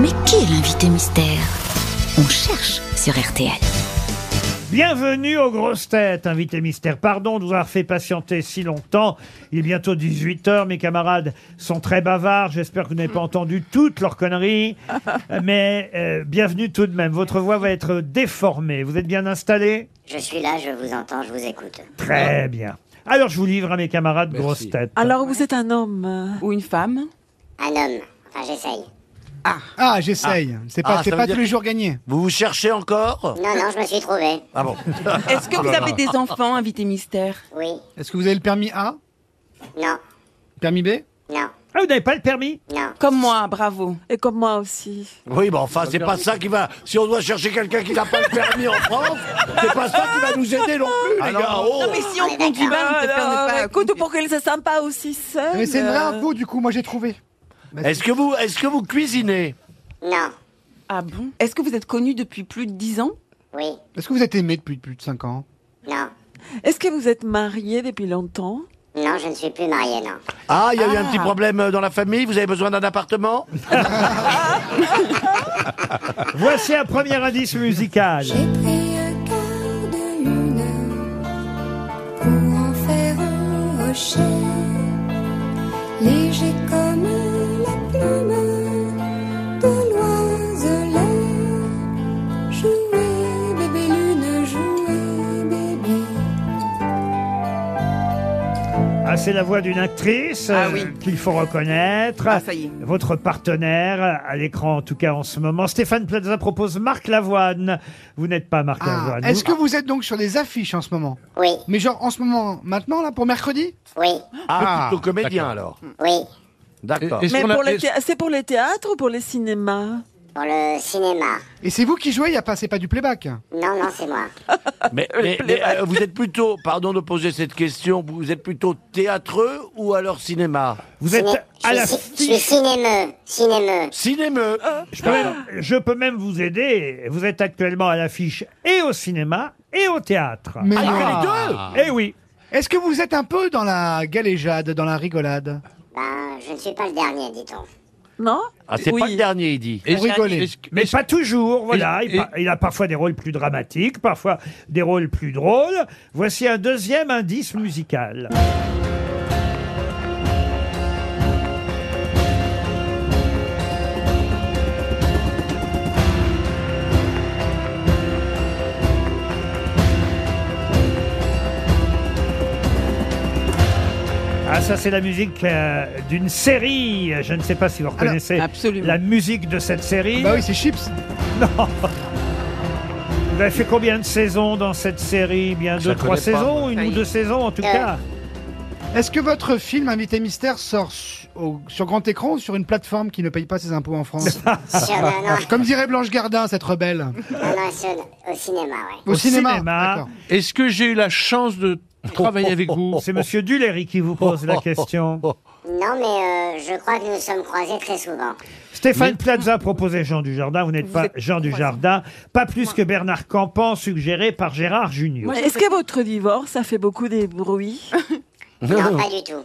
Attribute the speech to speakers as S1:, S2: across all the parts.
S1: Mais qui est l'invité mystère On cherche sur RTL.
S2: Bienvenue aux grosses têtes, invité mystère. Pardon de vous avoir fait patienter si longtemps. Il est bientôt 18h, mes camarades sont très bavards. J'espère que vous n'avez pas entendu toutes leurs conneries. Mais euh, bienvenue tout de même. Votre voix va être déformée. Vous êtes bien installé
S3: Je suis là, je vous entends, je vous écoute.
S2: Très bien. Alors je vous livre à mes camarades
S4: Merci.
S2: grosses têtes.
S5: Alors vous êtes un homme euh,
S6: ou une femme.
S3: Un homme, enfin j'essaye.
S7: Ah, j'essaye. C'est pas,
S4: Ah,
S7: c'est
S4: ça
S7: pas
S4: veut
S7: tous
S4: dire-
S7: les jours gagné.
S4: Vous vous cherchez encore
S3: Non, non, je me suis trouvé.
S4: Ah bon
S6: Est-ce que vous avez des enfants, invité mystère
S3: Oui,
S7: Est-ce que vous avez le permis A
S3: non,
S7: Permis B
S3: non,
S2: Ah, vous n'avez pas le permis
S3: non.
S6: Comme moi, bravo.
S5: et comme moi aussi.
S4: Oui, mais enfin, c'est pas ça qui va. Si on doit chercher quelqu'un qui n'a pas le permis en France, c'est pas ça qui va nous aider non plus, les gars. Oh.
S6: Non, mais si on
S3: est
S6: conduit
S3: d'accord.
S6: mal, on peut faire ne pas
S5: écoute,
S6: conduire.
S5: pour qu'elle se sente pas aussi seule.
S7: Mais c'est une vraie
S5: euh,
S7: info, du coup, moi j'ai trouvé.
S4: Est-ce que vous, est-ce que vous cuisinez
S3: Non,
S6: Ah bon Est-ce que vous êtes connu depuis plus de 10 ans
S3: oui,
S7: Est-ce que vous êtes aimé depuis plus de 5 ans
S3: non.
S5: Est-ce que vous êtes marié depuis longtemps
S3: Non, je ne suis plus mariée, non.
S4: Ah, il y a eu un
S6: Ah.
S4: petit problème euh, dans la famille. Vous avez besoin d'un appartement
S2: Voici un premier indice musical.
S8: J'ai pris un quart de lune pour en faire un rocher, léger comme la plume de l'oiselet. Jouer, bébé lune, jouer, bébé.
S2: Ah, c'est la voix d'une actrice
S6: Ah
S2: euh,
S6: oui.
S2: qu'il faut reconnaître.
S6: Ah, ça y est.
S2: Votre partenaire, à l'écran en tout cas en ce moment, Stéphane Plaza propose Marc Lavoine. Vous n'êtes pas Marc
S7: Ah,
S2: Lavoine.
S7: Est-ce que
S2: Vous-
S7: vous êtes donc sur des affiches en ce moment
S3: Oui,
S7: Mais genre en ce moment, maintenant, là, pour mercredi
S3: oui,
S7: Ah,
S4: Ah, plutôt comédien alors.
S3: oui.
S4: D'accord.
S9: Et- et- Est-ce
S5: Mais
S9: qu'on a-
S5: pour le
S9: est-ce-
S5: thé- c'est pour les théâtres ou pour les cinémas
S3: Pour le cinéma.
S7: Et c'est vous qui jouez, y a pas, c'est pas du playback.
S3: Non, non, c'est moi.
S4: Mais, mais- mais, euh, vous êtes plutôt, pardon de poser cette question, vous êtes plutôt théâtreux ou alors cinéma
S2: Vous êtes
S3: Ciné-
S2: à
S3: je,
S2: la
S3: suis, ci- je suis cinémeux, cinémeux.
S4: Cinémeux.
S2: Je peux, même, je peux même vous aider. Vous êtes actuellement à l'affiche et au cinéma et au théâtre.
S7: Mais non.
S4: Ah.
S2: Eh oui.
S7: Est-ce que vous êtes un peu dans la galéjade, dans la rigolade
S3: Ben, je ne suis pas le dernier, dit-on.
S5: Non
S4: Ah, c'est
S5: Oui.
S4: pas le dernier, il dit.
S7: Pour rigoler.
S9: Est-ce que-
S2: Mais pas toujours, voilà.
S9: et-
S2: il, pa- il a parfois des rôles plus dramatiques, parfois des rôles plus drôles. Voici un deuxième indice musical. Ah, ça, c'est la musique euh, d'une série. Je ne sais pas si vous reconnaissez
S6: absolument.
S2: la musique de cette série.
S7: Bah oui, c'est chips.
S2: Vous avez fait combien de saisons dans cette série Bien
S4: Je
S2: deux,
S4: la
S2: trois
S4: connais pas,
S2: saisons, une
S6: Ça y
S2: ou
S6: est.
S2: deux saisons en tout
S3: Euh.
S2: cas.
S7: Est-ce que votre film Invité Mystère sort su- au- sur grand écran ou sur une plateforme qui ne paye pas ses impôts en France
S3: Sur, non, non,
S7: Comme dirait Blanche Gardin, cette rebelle.
S3: non, non, sur- au cinéma, ouais.
S7: Au, cinéma. D'accord.
S9: Est-ce que j'ai eu la chance de travailler avec vous
S2: C'est Monsieur Duléry qui vous pose la question.
S3: Non, mais euh, je crois que nous sommes croisés très souvent.
S2: Stéphane Plaza proposait Jean Dujardin. Vous n'êtes pas Jean Dujardin, pas plus que Bernard Campan suggéré par Gérard Junior.
S6: Moi, je
S5: Est-ce que votre divorce a fait beaucoup de bruit
S3: Non, pas du tout.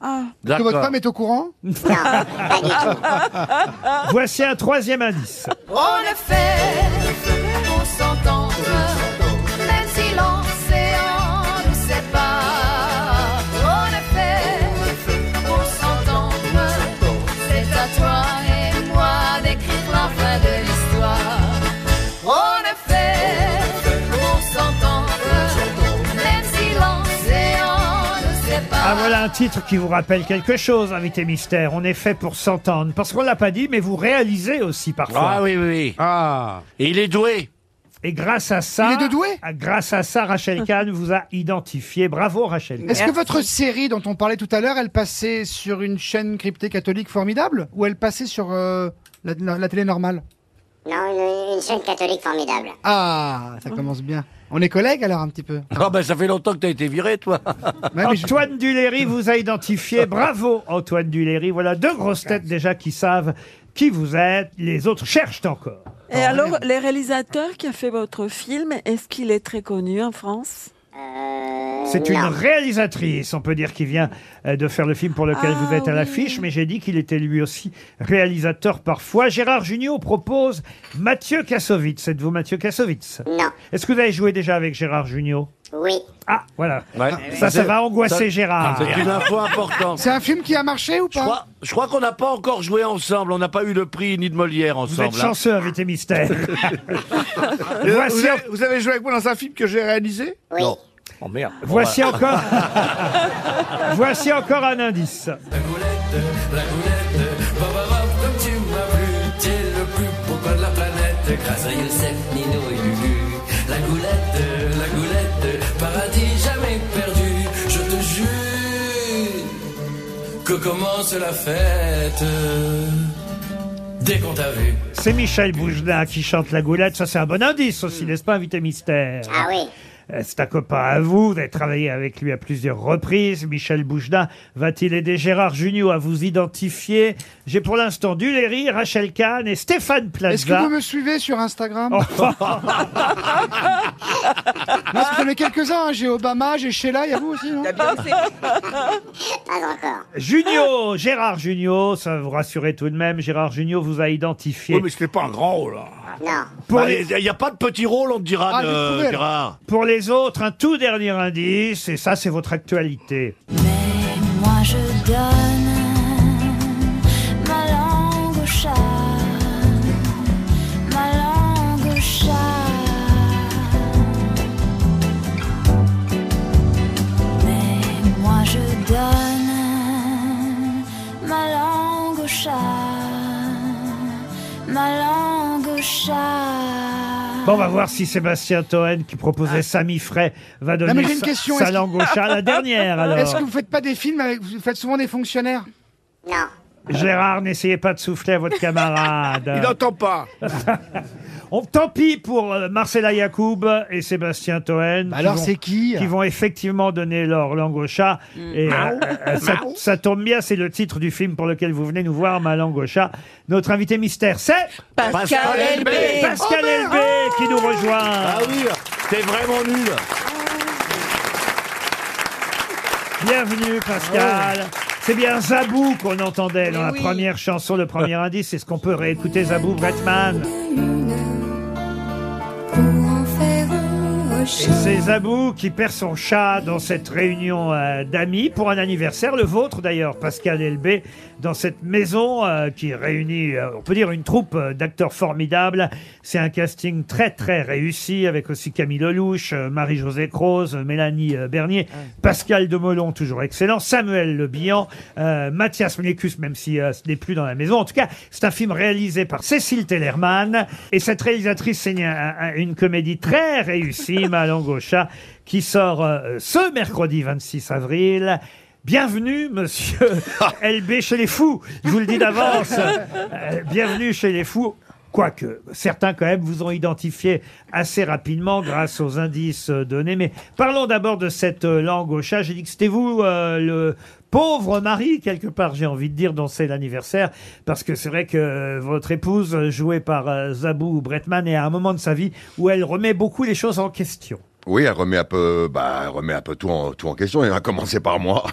S5: Ah,
S7: Est-ce que votre
S4: D'accord.
S7: femme est au courant
S3: Non, pas du tout.
S2: Voici un troisième indice.
S8: On le fait pour s'entendre, même si l'océan nous sépare. On le fait pour s'entendre, c'est à toi et moi d'écrire la fin de l'histoire. On le fait pour s'entendre, même si l'océan nous sépare.
S2: Ah voilà un titre qui vous rappelle quelque chose, invité mystère. On est fait pour s'entendre. Parce qu'on l'a pas dit, mais vous réalisez aussi parfois.
S4: Ah oui, oui, oui.
S9: Ah
S4: Et il est doué.
S2: Et grâce à ça,
S7: Il est de doué
S2: ah, Grâce à ça, Rachel Kahn vous a identifié. Bravo Rachel. Kahn.
S7: Est-ce que votre série dont on parlait tout à l'heure, elle passait sur une chaîne cryptée catholique formidable ou elle passait sur euh, la, la- la télé normale
S3: Non, une, une chaîne catholique formidable.
S7: Ah, ça commence bien. On est collègues alors un petit peu.
S4: Ah ben ça fait longtemps que t'as été viré, toi.
S7: Ouais, Ah, mais je-
S2: Antoine Duléry vous a identifié. Bravo, Antoine Duléry. Voilà deux grosses têtes déjà qui savent qui vous êtes. Les autres cherchent encore.
S5: Et
S7: Ah,
S5: alors, les réalisateurs qui a fait votre film, est-ce qu'il est très connu en France
S3: Euh,
S2: C'est une réalisatrice, on peut dire, qui vient euh, de faire le film pour lequel vous
S7: Ah,
S2: êtes à l'affiche, mais j'ai dit qu'il était lui aussi réalisateur parfois. Gérard Junior propose Mathieu Kassovitz. Êtes-vous Mathieu Kassovitz
S3: Non.
S2: Est-ce que vous avez joué déjà avec Gérard Junior
S3: Oui.
S2: Ah, voilà.
S4: Ouais.
S2: Ça, ça va angoisser
S4: ça-
S2: Gérard.
S4: C'est une info importante.
S7: C'est un film qui a marché ou
S4: Je
S7: pas
S4: crois, je crois qu'on n'a pas encore joué ensemble. On n'a pas eu le prix ni de Molière
S2: Vous
S4: ensemble.
S2: êtes
S4: hein.
S2: chanceux, invité mystère. voici
S10: joué avec moi dans un film que j'ai réalisé
S3: Oui.
S4: Non. Oh merde.
S2: voici encore... voici encore un indice. C'est Michel Boujna qui chante la goulette. Ça, c'est un bon indice aussi, n'est-ce pas, invité mystère
S3: Ah oui.
S2: Euh, C'est un copain à vous, vous avez travaillé avec lui à plusieurs reprises. Michel Boujna va-t-il aider Gérard Junior à vous identifier J'ai pour l'instant Duléry, Rachel Kahn et Stéphane
S7: Est-ce que
S2: Plaza.
S7: vous me suivez sur Instagram Non, parce que j'en ai quelques-uns. hein. J'ai Obama, j'ai Sheila, il y a vous aussi, non
S3: Pas encore.
S2: Junio, Gérard Junior, ça va vous rassurer tout de même, Gérard Junior vous a identifié.
S10: Oui, mais c'était pas un grand rôle. hein.
S3: Non.
S2: pour,
S4: Bah,
S2: les,
S4: Il n'y a pas de petit rôle, on te dira,
S7: Ah,
S4: de-
S7: j'ai trouvé, là.
S4: Gérard.
S2: pour les autres, un tout dernier indice, et ça c'est votre actualité.
S8: Mais moi je donne ma langue au chat, ma langue au chat. Mais moi je donne ma langue au chat, ma langue au chat.
S2: Bon, on va voir si Sébastien Toen, qui proposait Samy Frey, va donner
S7: Ah. mais j'ai une
S2: sa,
S7: question,
S2: sa
S7: est-ce que-
S2: langue au chat. La dernière alors.
S7: Est-ce que vous faites pas des films avec... Vous faites souvent des fonctionnaires
S3: Non.
S2: Gérard, n'essayez pas de souffler à votre camarade.
S4: Euh.
S10: Il n'entend pas.
S2: On, tant pis pour euh, Marcella Yacoub et Sébastien Toen. qui
S7: Bah Alors
S2: vont-
S7: c'est qui Mm. Bah
S2: qui vont effectivement donner leur langue au chat. Et euh, euh, ça, ça tombe bien, c'est le titre du film pour lequel vous venez nous voir, Ma langue au chat. Notre invité mystère, c'est
S6: Pascal
S4: Elbé.
S6: Elbé.
S2: Pascal Elbé qui nous
S4: Ah
S2: rejoint.
S4: oui, t'es vraiment nul.
S2: Bienvenue Pascal. C'est bien Zabou qu'on entendait dans
S6: Mais
S2: la
S6: Ah oui.
S2: première chanson, le premier indice. C'est ce qu'on peut réécouter Zabou Bretman.
S8: Pour en faire un
S2: Et
S8: rocher.
S2: c'est Zabou qui perd son chat dans cette réunion euh, d'amis pour un anniversaire, le vôtre d'ailleurs, Pascal Elbé, dans cette maison euh, qui réunit, euh, on peut dire, une troupe euh, d'acteurs formidables. C'est un casting très très réussi avec aussi Camille Lelouch, euh, Marie-Josée Croze, euh, Mélanie euh, Bernier, Pascal Demolon, toujours excellent, Samuel Le Bihan, euh, Mathias Mlécus, même si euh, ce n'est plus dans la maison. En tout cas, c'est un film réalisé par Cécile Tellerman. Et cette réalisatrice, c'est une, un- une comédie très réussie, Ma langue au chat, qui sort euh, ce mercredi 26 avril. Bienvenue, monsieur LB chez les fous. Je vous le dis d'avance. Euh, bienvenue chez les fous. Quoique, certains quand même vous ont identifié assez rapidement grâce aux indices euh, donnés. Mais parlons d'abord de cette euh, langue au chat. J'ai dit que c'était vous, euh, le pauvre mari, quelque part, j'ai envie de dire, dont c'est l'anniversaire. Parce que c'est vrai que euh, votre épouse, euh, jouée par euh, Zabou Bretman, est à un moment de sa vie où elle remet beaucoup les choses en question.
S11: Oui, elle remet un peu, bah, elle remet un peu tout en, tout en question, et elle a commencé par moi.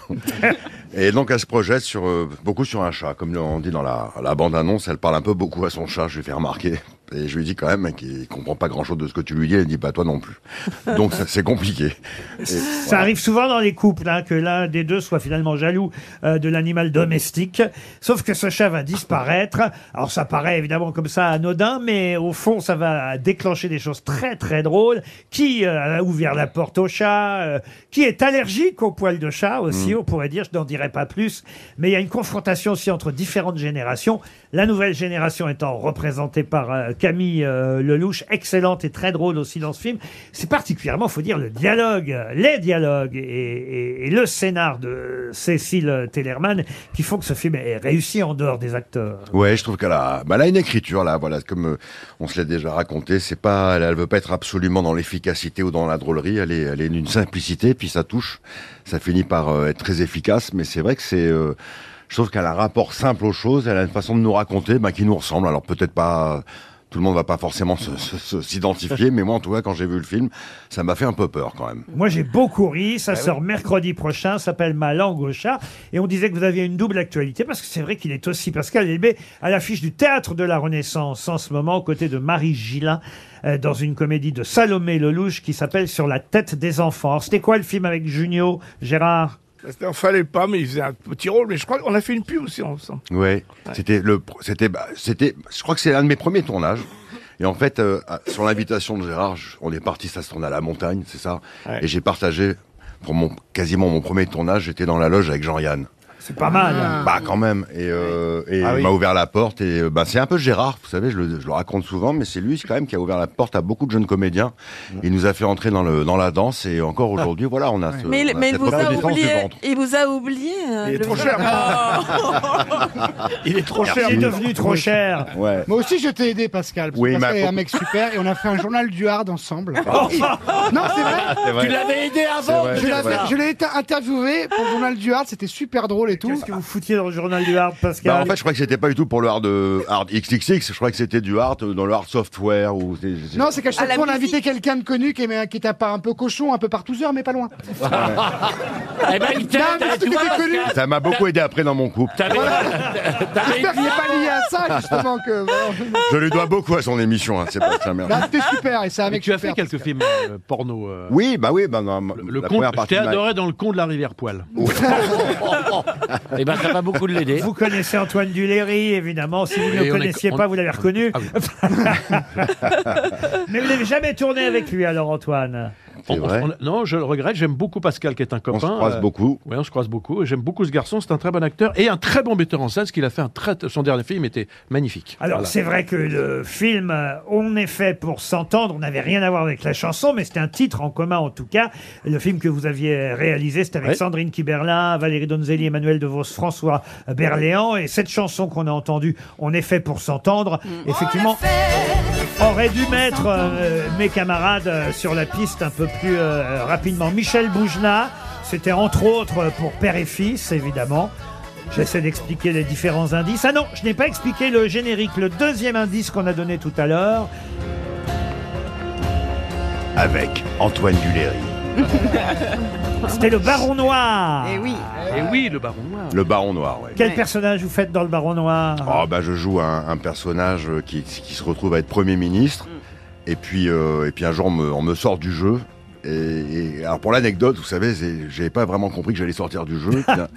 S11: et donc, elle se projette sur, euh, beaucoup sur un chat. Comme on dit dans la, la bande-annonce, elle parle un peu beaucoup à son chat, je lui fais remarquer. Et je lui dis quand même qu'il comprend pas grand-chose de ce que tu lui dis, et il dit, bah, toi non plus. Donc, ça, c'est compliqué. Et
S2: Ça
S11: voilà.
S2: arrive souvent dans les couples hein, que l'un des deux soit finalement jaloux euh, de l'animal domestique. Sauf que ce chat va disparaître. Alors ça paraît évidemment comme ça anodin, mais au fond ça va déclencher des choses très très drôles. Qui euh, a ouvert la porte au chat euh, Qui est allergique aux poils de chat aussi On pourrait dire, je n'en dirai pas plus. Mais il y a une confrontation aussi entre différentes générations. La nouvelle génération étant représentée par euh, Camille euh, Lelouch, excellente et très drôle aussi dans ce film. C'est particulièrement, faut dire, le dialogue, euh, les dialogues et, et- et le scénar de Cécile Tellerman qui font que ce film est réussi en dehors des acteurs.
S11: Ouais, je trouve qu'elle a, bah, elle a une écriture là, voilà, comme euh, on se l'a déjà raconté, c'est pas, elle, elle veut pas être absolument dans l'efficacité ou dans la drôlerie, elle est, elle est d'une simplicité, puis ça touche, ça finit par euh, être très efficace, mais c'est vrai que c'est, euh, je trouve qu'elle a un rapport simple aux choses, elle a une façon de nous raconter, bah, qui nous ressemble, alors peut-être pas tout le monde va pas forcément se- se- se- s'identifier, mais moi, en tout cas, quand j'ai vu le film, ça m'a fait un peu peur quand même.
S2: Moi, j'ai beaucoup ri. Ça sort mercredi prochain. Ça s'appelle Ma langue au chat. Et on disait que vous aviez une double actualité parce que c'est vrai qu'il est aussi Pascal Elbé à l'affiche du théâtre de la Renaissance en ce moment, aux côtés de Marie Gillin, euh, dans une comédie de Salomé Lelouch qui s'appelle Sur la tête des enfants. Alors, C'était quoi le film avec Junio, Gérard
S10: C'était un fallait pas, mais il faisait un petit rôle. Mais je crois qu'on a fait une pub aussi, on me semble.
S11: Ouais, c'était le, pro- c'était, bah, c'était, je crois que c'est l'un de mes premiers tournages. Et en fait, euh, à- sur l'invitation de Gérard, je- on est parti, ça se tourne à la montagne, c'est ça. Et j'ai partagé pour mon quasiment mon premier tournage, j'étais dans la loge avec Jean-Yann.
S2: C'est pas mal.
S11: Bah quand même. Et, euh, et
S2: Ah
S11: il
S2: oui.
S11: m'a ouvert la porte. Et euh, bah, c'est un peu Gérard, vous savez, je le, je le raconte souvent, mais c'est lui quand même qui a ouvert la porte à beaucoup de jeunes comédiens. Il nous a fait entrer dans le dans la danse et encore aujourd'hui, voilà, on a. ce-
S5: Mais, il-
S11: on a
S5: mais il
S11: cette
S5: vous a
S11: reconnaissance du
S5: oublié.
S11: ventre.
S5: Il vous a oublié. euh,
S11: Il est
S5: le-
S11: trop cher.
S10: Il est trop
S11: cher.
S2: Il est devenu trop cher.
S11: Ouais.
S7: Moi aussi, je t'ai aidé, Pascal. Parce
S11: Oui,
S7: que
S11: il m'a
S7: Pascal est un
S11: beaucoup-
S7: mec super et on a fait un journal du hard ensemble. non, c'est vrai.
S11: C'est vrai. Tu l'avais aidé avant C'est vrai,
S7: Je
S11: c'est
S7: l'avais-
S11: vrai.
S7: je l'ai été interviewé pour le journal du hard. C'était super drôle et tout. Qu'est-ce
S2: que vous foutiez dans le journal du hard, Pascal
S11: Bah, en fait, je crois que c'était pas du tout pour le hard, euh, hard XXX, je crois que c'était du hard euh, dans le hard software ou. c'est- c'est-
S7: Non, c'est qu'à
S11: À
S7: chaque
S11: la
S7: fois, on invitait quelqu'un de connu qui, aimait- qui était pas un peu cochon, un peu partouzeur, mais pas loin.
S12: Eh ben, il
S7: Non,
S12: t'aide,
S7: mais
S12: tu
S7: c'était
S12: vois,
S7: connu.
S12: Pascal.
S11: Ça m'a beaucoup aidé après dans mon couple.
S7: J'espère qu'il n'est pas lié à ça, justement. Que...
S11: Je lui dois beaucoup à son émission, hein, c'est pas
S2: Bah,
S11: ça, merde.
S7: Là, c'était Bah, super et c'est un mec
S9: Tu as
S7: super,
S9: fait quelques
S7: Pascal.
S9: films euh, porno. euh,
S11: Oui, bah oui, bah non,
S9: Le
S11: la
S9: con,
S11: première
S9: je
S11: partie
S9: t'ai
S11: de ma-
S9: adoré dans le con de la rivière Poil.
S12: Eh ben, ça va beaucoup l'aider.
S2: Vous connaissez Antoine Duléry, évidemment. Si vous ne
S12: Oui,
S2: le
S12: on est-
S2: connaissiez
S12: on-
S2: pas, vous l'avez reconnu.
S9: Ah
S2: Mais vous n'avez jamais tourné avec lui, alors, Antoine
S9: On- on- on- non, je le regrette. J'aime beaucoup Pascal, qui est euh. un copain.
S11: se croise beaucoup.
S9: Oui, on se croise beaucoup. Et J'aime beaucoup ce garçon. C'est un très bon acteur et un très bon metteur en scène. Parce qu'il a fait un très. Son dernier film était magnifique.
S2: Alors,
S9: Voilà.
S2: c'est vrai que le film euh, On est fait pour s'entendre, on n'avait rien à voir avec la chanson, mais c'était un titre en commun en tout cas. Le film que vous aviez réalisé, c'était avec
S9: Ouais.
S2: Sandrine Kiberlin, Valérie Donzelli, Emmanuel DeVos, François Berléand. Et cette chanson qu'on a entendue, On est fait pour s'entendre, effectivement, aurait dû mettre euh, mes camarades euh, sur la piste un peu plus euh, rapidement. Michel Boujna, c'était entre autres pour Père et Fils, évidemment. J'essaie d'expliquer les différents indices. Ah non, je n'ai pas expliqué le générique, le deuxième indice qu'on a donné tout à l'heure.
S11: Avec Antoine Duléry.
S2: C'était le Baron Noir.
S6: Eh oui.
S9: Et oui, le baron noir.
S11: Le Baron Noir, ouais.
S2: Quel personnage vous faites dans le Baron Noir
S11: Oh, bah, je joue un, un personnage euh, qui, qui se retrouve à être Premier ministre. Et puis, euh, et puis un jour, on me, on me sort du jeu. Et, et- alors pour l'anecdote, vous savez, c'est- j'avais pas vraiment compris que j'allais sortir du jeu. Puis un-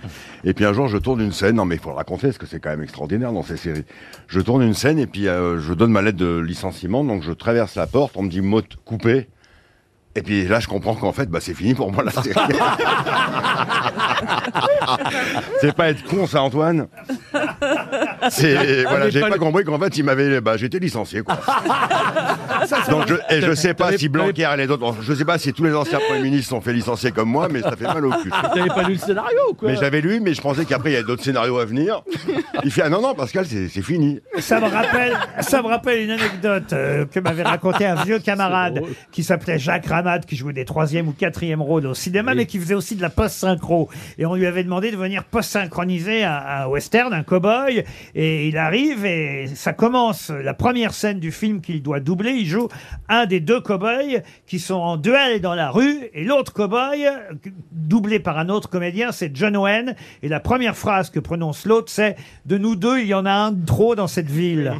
S11: et puis un jour, je tourne une scène. Non, mais il faut le raconter parce que c'est quand même extraordinaire dans ces séries. Je tourne une scène et puis euh, je donne ma lettre de licenciement. Donc je traverse la porte. On me dit mot coupé. Et puis là, je comprends qu'en fait, bah, c'est fini pour moi la série. c'est pas être con, ça, Antoine. C'est
S12: Ah,
S11: voilà,
S12: mais
S11: j'ai
S12: pas
S11: pas,
S12: le-
S11: compris qu'en fait, il m'avait, bah, j'étais licencié, quoi. Donc je, et je sais pas si Blanquer et les autres, je sais pas si tous les anciens premiers ministres sont fait licencier comme moi, mais ça fait mal au cul.
S9: T'avais pas lu le scénario ou quoi
S11: Mais j'avais lu, mais je pensais qu'après il y avait d'autres scénarios à venir. Il fait ah non non Pascal c'est c'est fini.
S2: Ça me rappelle, ça me rappelle une anecdote euh, que m'avait raconté un vieux camarade qui s'appelait Jacques Ramad, qui jouait des troisième ou quatrième rôles au cinéma, mais qui faisait aussi de la post-synchro. Et on lui avait demandé de venir post-synchroniser un, un western, un cow-boy. Et il arrive et ça commence la première scène du film qu'il doit doubler. Il joue un des deux cow-boys qui sont en duel dans la rue et l'autre cow-boy, doublé par un autre comédien, c'est John Owen. Et la première phrase que prononce l'autre, c'est De nous deux, il y en a un de trop dans cette ville.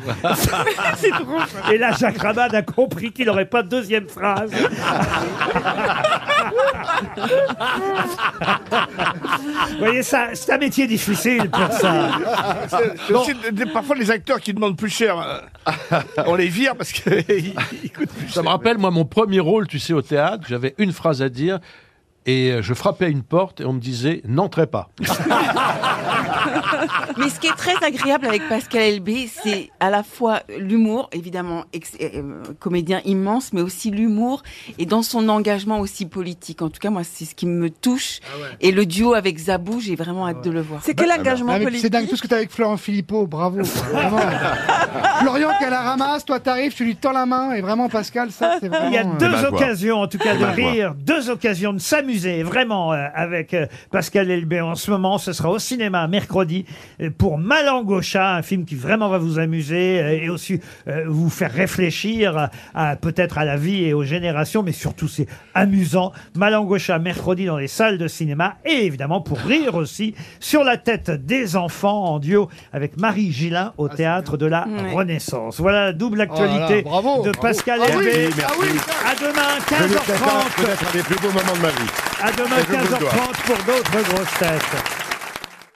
S2: C'est drôle. Et là, Jacques Ramad a compris qu'il n'aurait pas de deuxième phrase. Vous voyez, ça, c'est un métier difficile pour ça.
S10: C'est- c'est aussi des- parfois les acteurs qui demandent plus cher, euh, on les vire parce qu'ils coûtent plus
S9: Ça me rappelle, moi, mon premier rôle, tu sais, au théâtre, j'avais une phrase à dire et euh, je frappais à une porte et on me disait n'entrez pas.
S6: Mais ce qui est très agréable avec Pascal LB, c'est à la fois l'humour, évidemment, ex- euh, comédien immense, mais aussi l'humour et dans son engagement aussi politique. En tout cas, moi, c'est ce qui me touche. Et le duo avec Zabou, j'ai vraiment hâte de le voir.
S5: C'est quel
S7: Ah, mais puis C'est dingue tout ce que t'as avec Florent Philippot, bravo. Vraiment. Florian, qu'elle la ramasse, toi t'arrives, tu lui tends la main et vraiment Pascal, ça c'est vraiment.
S2: Il y a
S7: euh,
S2: deux occasions, en tout cas, de
S7: Eh ben, quoi.
S2: rire, deux occasions de s'amuser. s'amuser vraiment euh, avec euh, Pascal Elbé en ce moment. Ce sera au cinéma mercredi euh, pour Malangocha, un film qui vraiment va vous amuser euh, et aussi euh, vous faire réfléchir à- à- peut-être à la vie et aux générations, mais surtout c'est amusant. Malangocha mercredi dans les salles de cinéma et évidemment pour rire aussi sur la tête des enfants en duo avec Marie Gillin au théâtre de la
S10: Ouais.
S2: Renaissance. Voilà la double
S10: Ah, Oh là là,
S2: actualité
S10: bravo,
S2: de
S10: bravo.
S2: Pascal
S10: Ah oui,
S2: Elbé.
S10: merci. Ah oui,
S2: à demain
S11: C'est le
S2: 15h30.
S11: Peut-être un des plus beaux moments de ma vie.
S2: À demain
S11: Et je vous le dois.
S2: 15h30 pour d'autres grosses têtes.